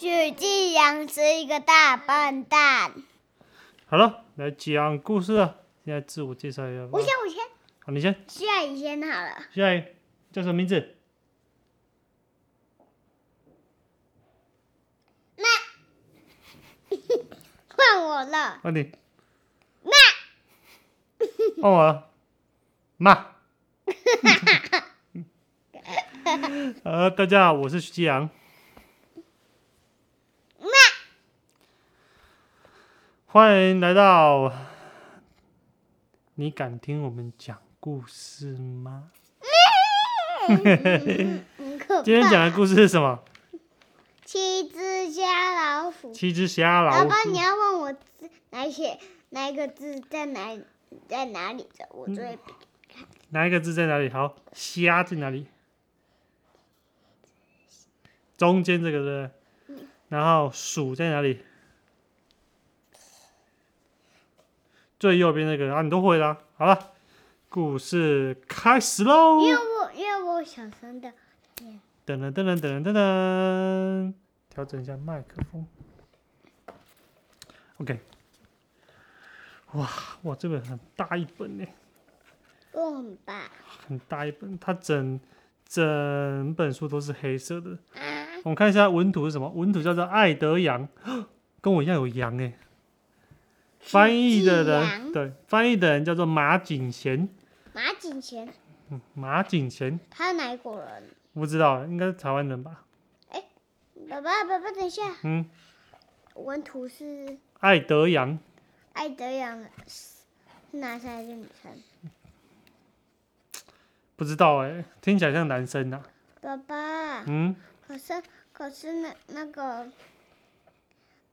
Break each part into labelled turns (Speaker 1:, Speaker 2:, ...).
Speaker 1: 许继阳是一个大笨蛋。
Speaker 2: 好了，来讲故事了。现在自我介绍一下吧。
Speaker 1: 我先，我先，
Speaker 2: 好，你先。
Speaker 1: 下雨先好了。
Speaker 2: 下一个叫什么名字？
Speaker 1: 换我 了，
Speaker 2: 问你。骂。换我了。 骂。呃，大家好，我是徐继阳。欢迎来到。你敢听我们讲故事吗？
Speaker 1: 嗯很可怕。
Speaker 2: 今天讲的故事是什么？
Speaker 1: 七只家老虎。
Speaker 2: 七只瞎老
Speaker 1: 老
Speaker 2: 虎。
Speaker 1: 爸，你要问我字哪写哪一个字在哪里在哪里的？我最
Speaker 2: 哪一个字在哪里？好，虾在哪里？中间这个对不对？然后鼠在哪里？最右边那个啊，你都会啦。好了，故事开始喽！
Speaker 1: 因为我因为我小声的，
Speaker 2: 噔噔噔噔噔噔噔，调整一下麦克风。OK，哇哇，这本很大一本呢。
Speaker 1: 问吧
Speaker 2: 很大一本，它整整本书都是黑色的。
Speaker 1: 啊，
Speaker 2: 我们看一下文图是什么？文图叫做艾德羊， 跟我一样有羊哎、翻译的
Speaker 1: 许继
Speaker 2: 人
Speaker 1: 阳
Speaker 2: 对，翻译的人叫做马景贤，
Speaker 1: 马景贤
Speaker 2: 嗯，马景贤
Speaker 1: 他哪一国人？
Speaker 2: 不知道，应该是台湾人吧？
Speaker 1: 爸爸爸爸，等一下，
Speaker 2: 嗯，
Speaker 1: 文图是
Speaker 2: 艾德羊，
Speaker 1: 艾德阳是男生还是女生？
Speaker 2: 不知道哎、听起来像男生呐、啊
Speaker 1: 爸爸，
Speaker 2: 嗯，
Speaker 1: 可是可是那那个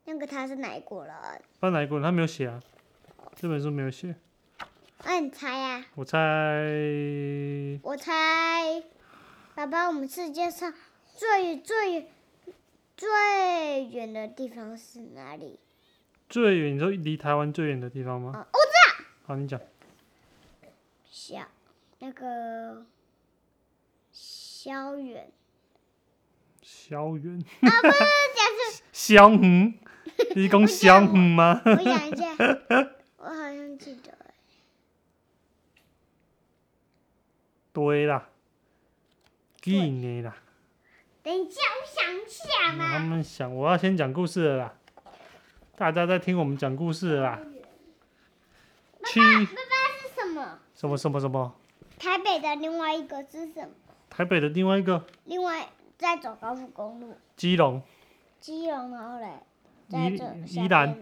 Speaker 1: 那个他是哪一国啊人？
Speaker 2: 翻哪一国人？他没有写啊，这本书没有写，
Speaker 1: 那你猜呀、
Speaker 2: 我猜
Speaker 1: 我猜，爸爸，我们世界上最最最远的地方是哪里？
Speaker 2: 最远，你说离台湾最远的地方吗？
Speaker 1: 哦
Speaker 2: 好，你讲。
Speaker 1: 小那个萧远，
Speaker 2: 萧远，
Speaker 1: 但
Speaker 2: 萧远，你是讲萧远吗？
Speaker 1: 是我想一下，我好像记得了
Speaker 2: 对啦，近的啦。
Speaker 1: 等一下，我想一下
Speaker 2: 嗯他
Speaker 1: 嘛。
Speaker 2: 们想，我要先讲故事了啦。大家在听我们讲故事了啦。七
Speaker 1: 爸爸是什么？
Speaker 2: 什么什么什么？
Speaker 1: 台北的另外一个是什么？
Speaker 2: 台北的另外一个
Speaker 1: 另外再走高速公路，
Speaker 2: 基隆，
Speaker 1: 基隆然后嘞，再走
Speaker 2: 宜
Speaker 1: 下
Speaker 2: 宜
Speaker 1: 边
Speaker 2: 兰、
Speaker 1: 了，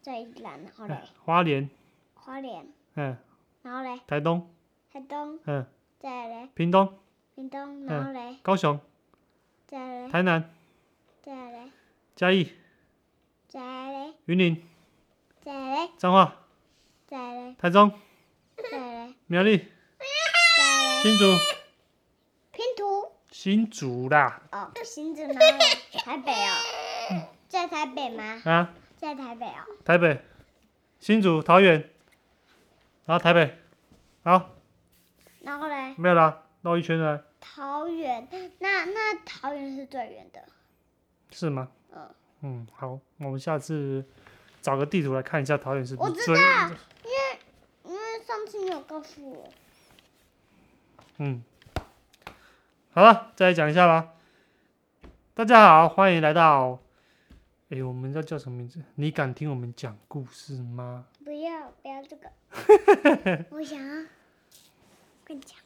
Speaker 1: 再宜兰然后
Speaker 2: 嗯
Speaker 1: 嘞，
Speaker 2: 花莲，
Speaker 1: 花莲
Speaker 2: 嗯，
Speaker 1: 然后嘞，
Speaker 2: 台东，
Speaker 1: 台东
Speaker 2: 嗯，
Speaker 1: 再来嘞，
Speaker 2: 屏东，
Speaker 1: 屏东然后嘞，
Speaker 2: 高雄，
Speaker 1: 再来嘞，
Speaker 2: 台南，
Speaker 1: 再来嘞，
Speaker 2: 嘉义，
Speaker 1: 再来嘞，
Speaker 2: 云林，
Speaker 1: 再来嘞，
Speaker 2: 彰化，
Speaker 1: 再来嘞，
Speaker 2: 台中，
Speaker 1: 再来嘞，
Speaker 2: 苗栗，
Speaker 1: 再来嘞，
Speaker 2: 新竹，
Speaker 1: 拼图
Speaker 2: 新竹啦，
Speaker 1: 哦，行走 然后嘞，台北哦，在台北吗？
Speaker 2: 啊，
Speaker 1: 在台北哦，
Speaker 2: 台北、新竹、桃园，然后台北，好，
Speaker 1: 然后嘞，
Speaker 2: 没有啦，绕一圈啊了，
Speaker 1: 桃园，那那桃园是最远的，
Speaker 2: 是吗？
Speaker 1: 嗯，
Speaker 2: 嗯，好，我们下次找个地图来看一下桃园是
Speaker 1: 我知
Speaker 2: 最
Speaker 1: 道因为上次你有告诉我。
Speaker 2: 嗯，好了，再来讲一下吧。大家好，欢迎来到，诶，我们要叫什么名字？你敢听我们讲故事吗？
Speaker 1: 不要不要这 个，我想要跟你讲，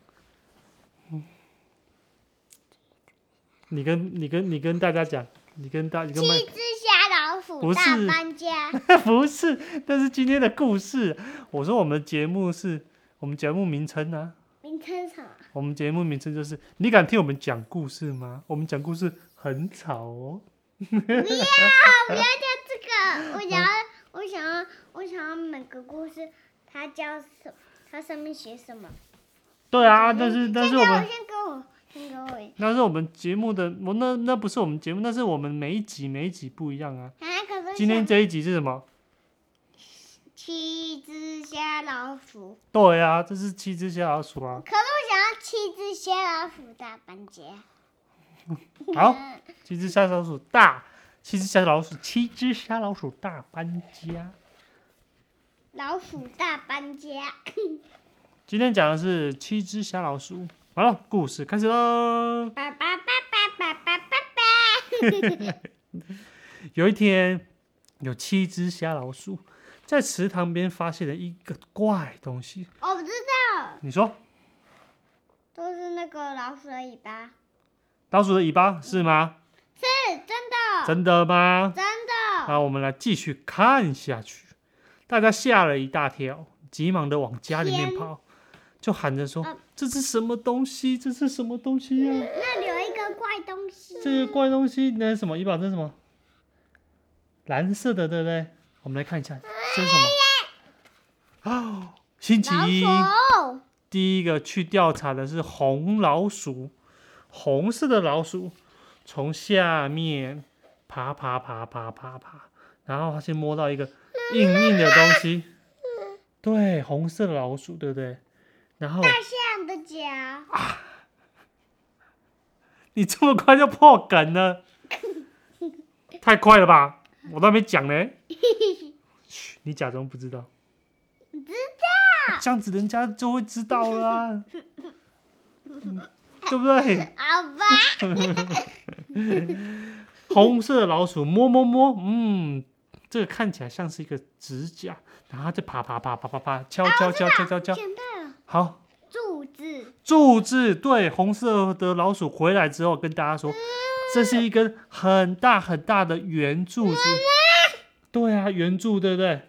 Speaker 2: 你跟你跟你跟大家讲，你跟大你跟麦
Speaker 1: 七只小老虎
Speaker 2: 不
Speaker 1: 大
Speaker 2: 是
Speaker 1: 搬家，
Speaker 2: 不是，但是今天的故事，我说我们的节目是我们节目名称啊，
Speaker 1: 名称什么？
Speaker 2: 我们节目名称就是“你敢听我们讲故事吗？”我们讲故事很吵哦，
Speaker 1: 不要不要叫这个，我 想要
Speaker 2: 嗯
Speaker 1: 我想要我想要每个故事它叫什么，它上面写什么？
Speaker 2: 对啊，但是
Speaker 1: 嗯
Speaker 2: 但是
Speaker 1: 现
Speaker 2: 我
Speaker 1: 在
Speaker 2: 们
Speaker 1: 先给我先给我，
Speaker 2: 那是我们节目的，我那那不是我们节目，那是我们每一集每一集不一样啊。
Speaker 1: 啊可是
Speaker 2: 今天
Speaker 1: 想
Speaker 2: 这一集是什么？
Speaker 1: 七只小老虎，
Speaker 2: 对啊，这是七只小老鼠啊。
Speaker 1: 可是我想要七只小老虎大搬家，
Speaker 2: 嗯好，七只小老鼠大七只小老鼠，七只小老鼠大搬家。
Speaker 1: 老鼠大搬家。
Speaker 2: 今天讲的是七只小老鼠。好了，故事开始喽。
Speaker 1: 爸爸爸爸爸爸爸爸。
Speaker 2: 有一天，有七只小老鼠在池塘边发现了一个怪东西。
Speaker 1: 我哦知道，
Speaker 2: 你说，
Speaker 1: 都是那个老鼠的尾巴，
Speaker 2: 老鼠的尾巴是吗？
Speaker 1: 是真的，
Speaker 2: 真的吗？
Speaker 1: 真的。
Speaker 2: 那我们来继续看下去。大家吓了一大跳，急忙的往家里面
Speaker 1: 天
Speaker 2: 跑，就喊着说
Speaker 1: 啊：“
Speaker 2: 这是什么东西？这是什么东西呀、
Speaker 1: 那里有一个怪东西，
Speaker 2: 这个怪东西那是什么？医保这是什么？蓝色的，对不对？我们来看一下，这是什么？哦，星期
Speaker 1: 老
Speaker 2: 一
Speaker 1: 鼠，
Speaker 2: 第一个去调查的是红老鼠，红色的老鼠从下面爬爬爬爬爬爬，然后它先摸到一个硬硬的东西，对，红色的老鼠，对不对？然后
Speaker 1: 大象的脚，
Speaker 2: 你这么快就破梗了，太快了吧？我都还没讲呢。嘘，你假装不知道。知道。这样子人家就会知道了啊、嗯对不对？
Speaker 1: 好吧，
Speaker 2: 红色的老鼠摸摸摸，嗯，这个看起来像是一个指甲，然后它就爬爬爬爬爬爬，敲敲敲敲敲敲。
Speaker 1: 捡到了
Speaker 2: 好，
Speaker 1: 柱子，
Speaker 2: 柱子，对，红色的老鼠回来之后跟大家说，这是一根很大很大的圆柱子。对啊，圆柱，对不对？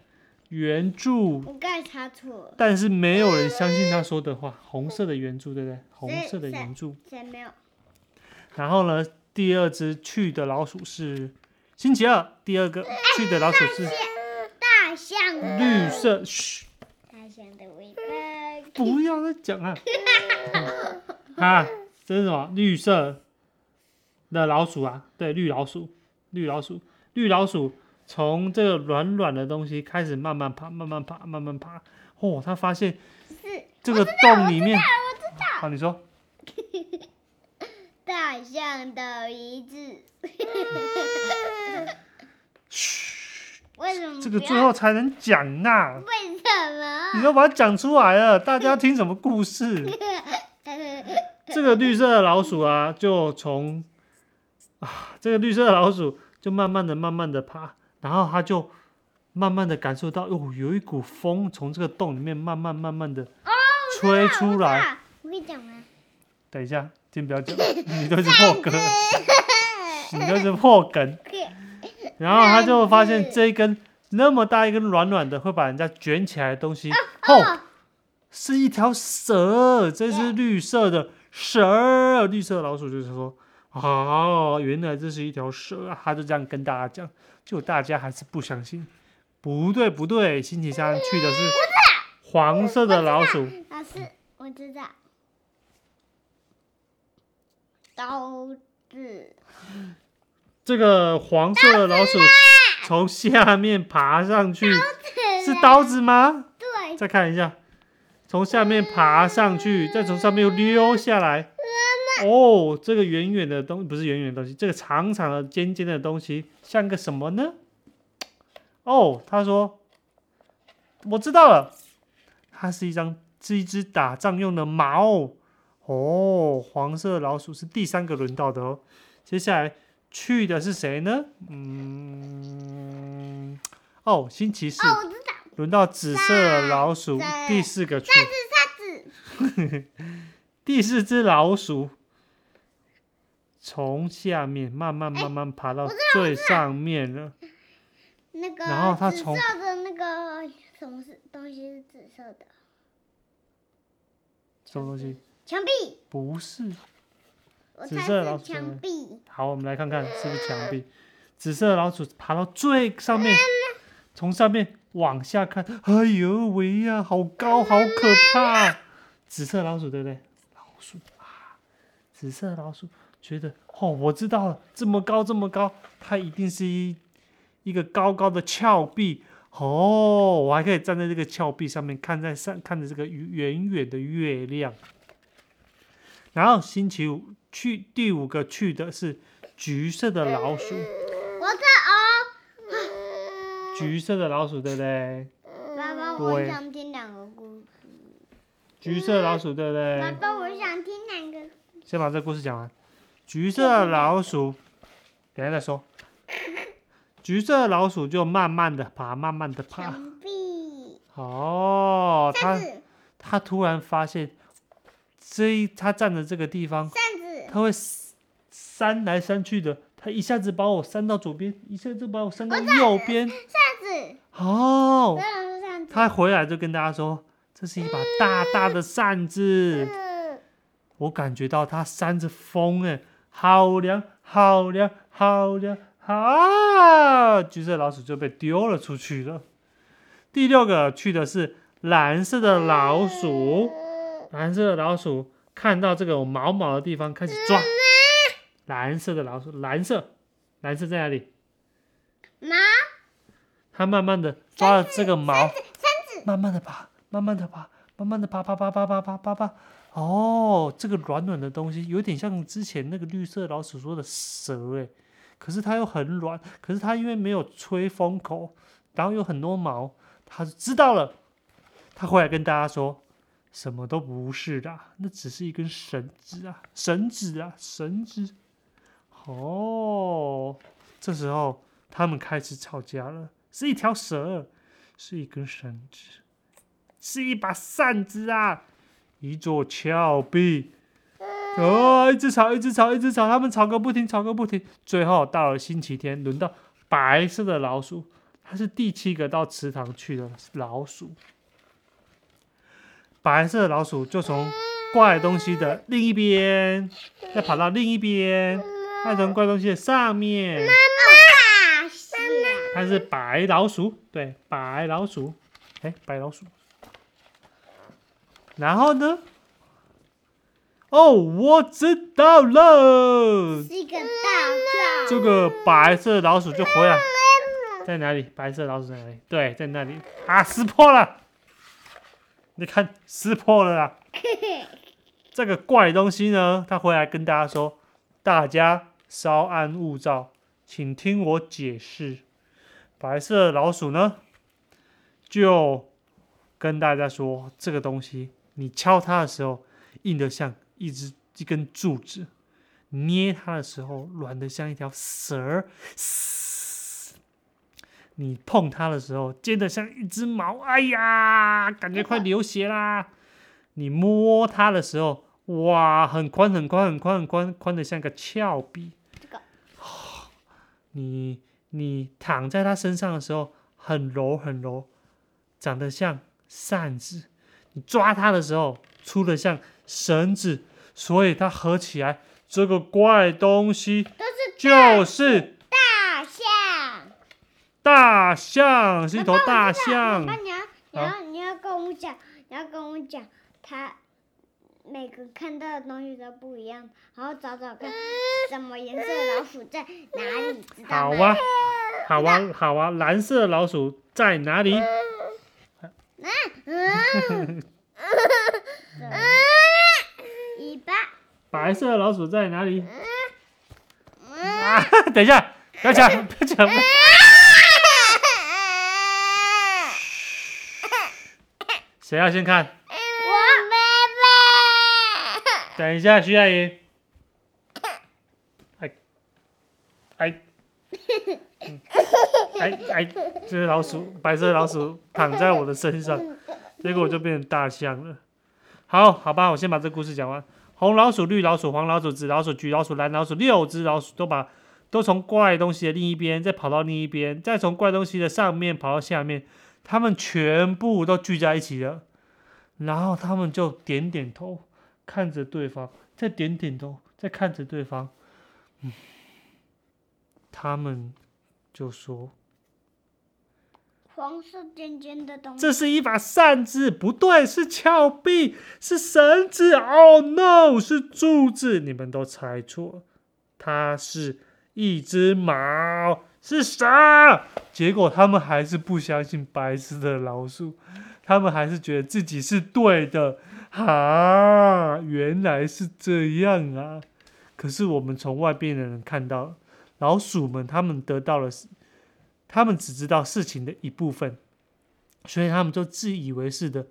Speaker 2: 圆柱，
Speaker 1: 我刚才查错了，
Speaker 2: 但是没有人相信他说的话。红色的圆柱，对不对？红色的圆柱。
Speaker 1: 谁没有？
Speaker 2: 然后呢，第二只去的老鼠是星期二，第二个去的老鼠是
Speaker 1: 大象的，
Speaker 2: 绿色。嘘，
Speaker 1: 大象的尾巴，
Speaker 2: 不要再 讲啊！啊，这是什么？绿色的老鼠啊，对，绿老鼠，绿老鼠，绿老鼠从这个软软的东西开始慢慢爬，慢慢爬，慢慢爬。哦，它发现
Speaker 1: 是
Speaker 2: 这个洞里面，
Speaker 1: 我知道，
Speaker 2: 啊，你说
Speaker 1: 大象的鼻子。为什么
Speaker 2: 这
Speaker 1: 不
Speaker 2: 个
Speaker 1: 要
Speaker 2: 最后才能讲呐、
Speaker 1: 为什么？
Speaker 2: 你都把它讲出来了，大家听什么故事？这个绿色的老鼠啊，就从啊，这个绿色的老鼠就慢慢的、慢慢的爬，然后它就慢慢的感受到，哦，有一股风从这个洞里面慢慢、慢慢的吹出来。
Speaker 1: 啊我跟你讲吗？
Speaker 2: 等一下，先不要讲，你都是破梗， 你都是破梗。然后他就发现这一根那么大一根软软的会把人家卷起来的东西，哦，是一条蛇，这是绿色的蛇。绿色的老鼠就是说，哦，原来这是一条蛇啊，他就这样跟大家讲，就大家还是不相信。不对不对，星期三去的是黄色的老鼠，
Speaker 1: 老师，我知道，刀 子，
Speaker 2: 这个黄色的老鼠从下面爬上去，是刀子吗？
Speaker 1: 对，
Speaker 2: 再看一下，从下面爬上去，
Speaker 1: 嗯
Speaker 2: 再从上面又溜下来。哦，这个圆圆的东不是圆圆的东西，这个长长的尖尖的东西像个什么呢？哦，他说，我知道了，它是一张是一只打仗用的矛。哦，黄色老鼠是第三个轮到的哦。接下来去的是谁呢？嗯，哦，星期四。
Speaker 1: 哦，我知道，
Speaker 2: 轮到紫色老鼠
Speaker 1: 三
Speaker 2: 第四个去，
Speaker 1: 沙子，
Speaker 2: 第四只老鼠从下面慢慢
Speaker 1: 哎
Speaker 2: 慢慢爬到最上面了。
Speaker 1: 那个
Speaker 2: 然后它
Speaker 1: 紫
Speaker 2: 从
Speaker 1: 色的那个什么是东西是紫色的？
Speaker 2: 什么东西？
Speaker 1: 墙壁，
Speaker 2: 不是。
Speaker 1: 我
Speaker 2: 紫
Speaker 1: 猜
Speaker 2: 色的老
Speaker 1: 是
Speaker 2: 鼠
Speaker 1: 墙壁，
Speaker 2: 好，我们来看看是不是墙壁。紫色老鼠爬到最上面，从上面往下看，哎呦喂呀、好高，好可怕、紫色老鼠对不对？老鼠啊，紫色老鼠觉得哦，我知道了，这么高这么高，它一定是一一个高高的峭壁哦，我还可以站在这个峭壁上面，看在上看着这个远远的月亮。然后星期五去第五个去的是橘色的老鼠，
Speaker 1: 我知
Speaker 2: 橘色的老鼠，对不对？
Speaker 1: 爸爸，我
Speaker 2: 对
Speaker 1: 想听两个故事。
Speaker 2: 橘色的老鼠，对不
Speaker 1: 爸
Speaker 2: 对？
Speaker 1: 爸，我想听两个。
Speaker 2: 先把这故事讲完。橘色的老鼠，等一下再说。橘色的老鼠就慢慢的爬，慢慢的爬。
Speaker 1: 墙壁，
Speaker 2: 哦，它
Speaker 1: 扇子，
Speaker 2: 它突然发现，这一它站的这个地方，
Speaker 1: 扇子，
Speaker 2: 它会扇扇来扇去的，它一下子把我扇到左边，一下子把我扇到右边。
Speaker 1: 扇子，
Speaker 2: 哦
Speaker 1: 我，想说扇子。
Speaker 2: 他回来就跟大家说，这是一把大大的扇子，
Speaker 1: 嗯
Speaker 2: 我感觉到它扇着风，哎，好凉，好凉，好凉啊！橘色老鼠就被丢了出去了。第六个去的是蓝色的老鼠，蓝色的老鼠看到这个有毛毛的地方开始抓，蓝色的老鼠，蓝色，蓝色在哪里？
Speaker 1: 毛，
Speaker 2: 它慢慢的抓了这个毛，
Speaker 1: 扇子，
Speaker 2: 慢慢的爬，慢慢的爬，慢慢的爬，爬爬爬爬爬爬爬。哦，这个软软的东西有点像之前那个绿色老鼠说的蛇诶，可是它又很软，可是它因为没有吹风口，然后有很多毛，它知道了，它回来跟大家说，什么都不是的，那只是一根绳子啊，绳子啊，绳子。哦，这时候他们开始吵架了，是一条蛇，是一根绳子，是一把扇子啊，一座峭壁。哦，一直吵，一直吵，一直吵，他们吵个不停，吵个不停。最后到了星期天，轮到白色的老鼠，它是第七个到池塘去的老鼠。白色的老鼠就从怪东西的另一边，再跑到另一边，再从怪东西的上面。
Speaker 1: 大象，
Speaker 2: 它是白老鼠，对，白老鼠，哎，白老鼠。然后呢？哦，我知道了，
Speaker 1: 是一个大象。
Speaker 2: 这个白色老鼠就回来，在哪里？白色老鼠在哪里？对，在那里啊，撕破了！你看，撕破了啦。这个怪东西呢，它回来跟大家说：“大家稍安勿躁，请听我解释。”白色老鼠呢，就跟大家说：“这个东西，你敲它的时候，硬得像一只一根柱子；捏它的时候，软得像一条蛇儿；嘶你碰它的时候，尖得像一只毛。哎呀，感觉快流血啦！”你摸它的时候，哇，很宽很宽很宽很宽，宽的像个峭壁。
Speaker 1: 这个
Speaker 2: 你你躺在它身上的时候，很柔很柔，长得像扇子。你抓它的时候，粗的像绳子，所以它合起来，这个怪东西
Speaker 1: 都是
Speaker 2: 就是嗯
Speaker 1: 大象。
Speaker 2: 大象，是一头
Speaker 1: 爸爸
Speaker 2: 大象。
Speaker 1: 你要你要你要跟我讲，你要跟我讲，它每个看到的东西都不一样，然后找找看什么颜色的老鼠在哪里，知道
Speaker 2: 好
Speaker 1: 吗？
Speaker 2: 啊，好啊，好啊，蓝色的老鼠在哪里？
Speaker 1: 嗯，尾巴，
Speaker 2: 白色的老鼠在哪里？啊！等一下，不要讲，不要讲。不要谁要先看？
Speaker 1: 我爸
Speaker 2: 等一下，徐阿姨。哎，哎，嗯哎哎，这只老鼠，白色的老鼠躺在我的身上，结果我就变成大象了。好，好吧，我先把这故事讲完。红老鼠、绿老鼠、黄老鼠、紫老鼠、橘老鼠、蓝老鼠，六只老鼠都把都从怪东西的另一边，再跑到另一边，再从怪东西的上面跑到下面，它们全部都聚在一起了。然后他们就点点头，看着对方，再点点头，再看着对方。嗯，他们就说
Speaker 1: 黄色尖尖的东：“西，
Speaker 2: 这是一把扇子，不对，是峭壁，是绳子。Oh no，是柱子，你们都猜错了，它是一只猫，是蛇。”结果他们还是不相信白痴的老鼠，他们还是觉得自己是对的。啊，原来是这样啊！可是我们从外边的人看到，老鼠们他们得到了，他们只知道事情的一部分，所以他们就自以为是的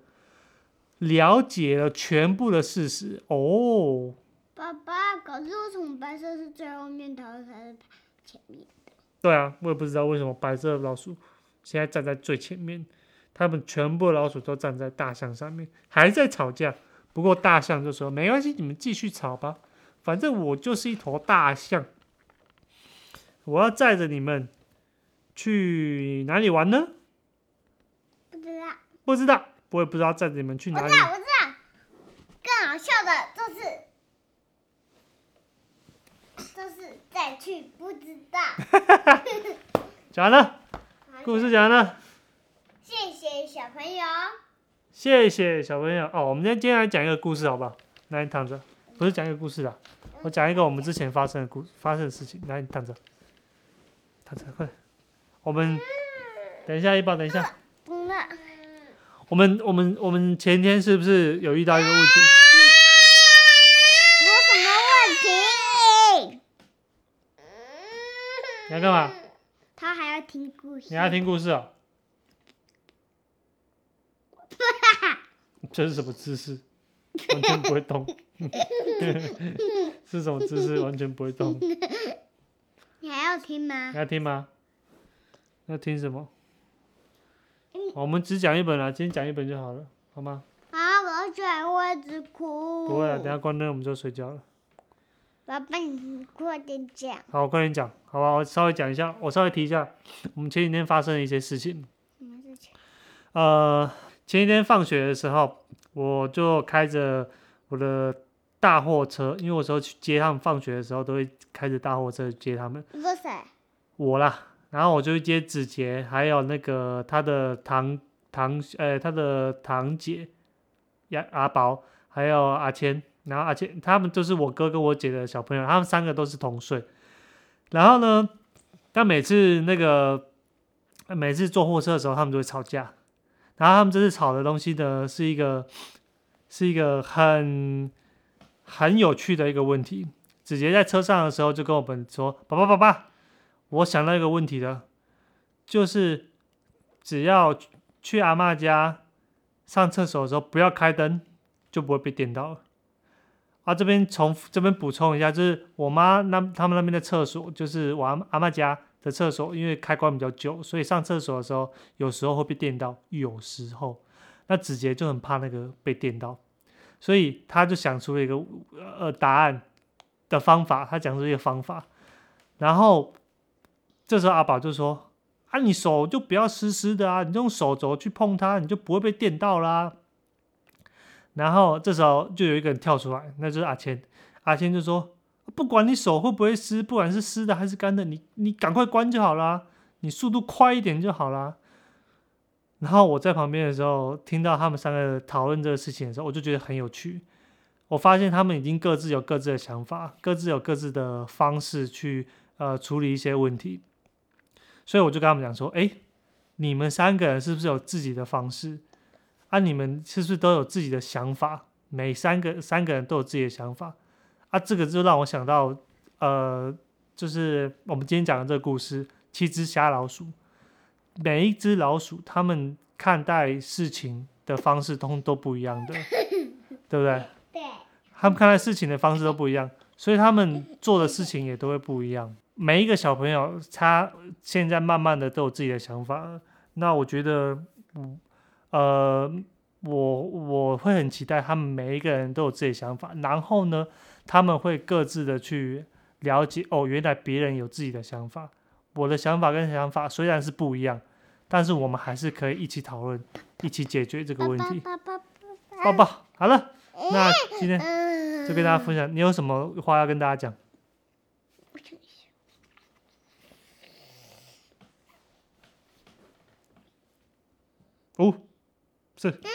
Speaker 2: 了解了全部的事实。哦，
Speaker 1: 爸爸，可是为什么白色是最后面，桃子才是前面？
Speaker 2: 对啊，我也不知道为什么白色老鼠现在站在最前面，他们全部老鼠都站在大象上面，还在吵架。不过大象就说：“没关系，你们继续吵吧，反正我就是一头大象，我要载着你们去哪里玩呢？
Speaker 1: 不知道，
Speaker 2: 不知道，我也不知道载着你们去
Speaker 1: 我
Speaker 2: 哪
Speaker 1: 知
Speaker 2: 里。
Speaker 1: 啊道，我知道。更好笑的就是，就是再去不知道。
Speaker 2: 讲完了，故事讲完了。”
Speaker 1: 谢谢小朋友，
Speaker 2: 谢谢小朋友哦，我们今天今天来讲一个故事，好不好？来，你躺着，不是讲一个故事啦，我讲一个我们之前发生的故发生的事情。来，你躺着，躺着，快点！我们等一下，一宝，等一下，
Speaker 1: 不知道。
Speaker 2: 我们我们我们前天是不是有遇到一个问题？
Speaker 1: 有什么问题？
Speaker 2: 你要干嘛？
Speaker 1: 他还要听故事。
Speaker 2: 你要听故事哦？ 这是什么姿势？完全不会动。 是什么姿势？完全不会动。
Speaker 1: 你还要听吗
Speaker 2: 你？要听吗？要听什么？
Speaker 1: 哎
Speaker 2: 哦我们只讲一本啦，今天讲一本就好了，好吗？
Speaker 1: 啊，我嘴会一直哭。
Speaker 2: 不会了，等下关灯我们就睡觉了。
Speaker 1: 爸爸，你快点讲。
Speaker 2: 好，我快点讲，好吧？我稍微讲一下，我稍微提一下我们前几天发生的一些事情。
Speaker 1: 什么事情？
Speaker 2: 呃，前几天放学的时候，我就开着我的大货车，因为我有时候去接他们放学的时候，都会开着大货车去接他们。
Speaker 1: 你说谁？
Speaker 2: 我啦，然后我就去接子杰，还有那个他的堂堂呃他的堂姐呀阿宝，还有阿谦，然后阿谦他们都是我哥跟我姐的小朋友，他们三个都是同岁。然后呢，但每次那个每次坐货车的时候，他们就会吵架。然后他们这次吵的东西呢，是一个是一个很很有趣的一个问题。子杰在车上的时候就跟我们说：“爸爸，爸爸，我想到一个问题了，就是只要去去阿嬷家上厕所的时候不要开灯，就不会被电到了。啊，这边重复这边补充一下，就是我妈那他们那边的厕所，就是我阿嬷阿嬷家的厕所，因为开关比较久，所以上厕所的时候有时候会被电到，有时候那子杰就很怕那个被电到，所以他就想出了一个呃答案的方法，他讲出一个方法，然后这时候阿宝就说：“啊，你手就不要湿湿的啊，你用手肘去碰它，你就不会被电到啦。”然后这时候就有一个人跳出来，那就是阿谦。阿谦就说：“不管你手会不会湿，不管是湿的还是干的，你你赶快关就好啦，你速度快一点就好啦。”然后我在旁边的时候，听到他们三个讨论这个事情的时候，我就觉得很有趣。我发现他们已经各自有各自的想法，各自有各自的方式去呃处理一些问题。所以我就跟他们讲说，哎，你们三个人是不是有自己的方式？啊，你们是不是都有自己的想法？每三个三个人都有自己的想法。啊，这个就让我想到，呃，就是我们今天讲的这个故事《七只瞎老鼠》，每一只老鼠它们看待事情的方式通都不一样的，对不对？
Speaker 1: 对，
Speaker 2: 他们看待事情的方式都不一样，所以他们做的事情也都会不一样。每一个小朋友，他现在慢慢的都有自己的想法了。那我觉得，嗯，呃，我我会很期待他们每一个人都有自己的想法，然后呢，他们会各自的去了解哦，原来别人有自己的想法，我的想法跟想法虽然是不一样，但是我们还是可以一起讨论，一起解决这个
Speaker 1: 爸
Speaker 2: 问
Speaker 1: 爸
Speaker 2: 题。
Speaker 1: 爸爸
Speaker 2: 抱
Speaker 1: 爸爸。
Speaker 2: 抱，好了，那今天。
Speaker 1: 嗯
Speaker 2: 就跟大家分享，你有什么话要跟大家讲？五、四，
Speaker 1: 嗯，不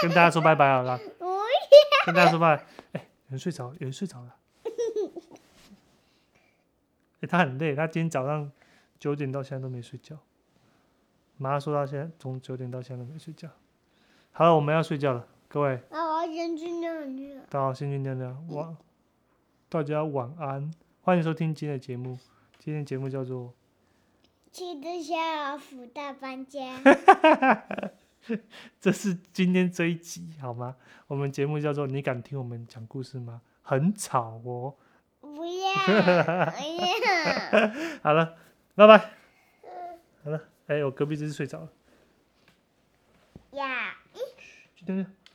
Speaker 2: 跟大家说拜拜好了，
Speaker 1: 要讲，不要。
Speaker 2: 跟大家说拜拜。哎、有人睡着，有人睡着了。哎、他很累，他今天早上九点到现在都没睡觉。妈说到现在，从九点到现在都没睡觉。好了，我们要睡觉了，各位，
Speaker 1: 那我要先去尿尿。
Speaker 2: 大家好，先去尿尿，晚，大家晚安，欢迎收听今天的节目。今天的节目叫做《
Speaker 1: 七只小老鼠大搬家。
Speaker 2: 这是今天这一集好吗？我们节目叫做“你敢听我们讲故事吗？”很吵哦。
Speaker 1: 不要， 不要。
Speaker 2: 好了，拜拜。好了，哎、我隔壁这只睡着了。
Speaker 1: 呀。
Speaker 2: 去去去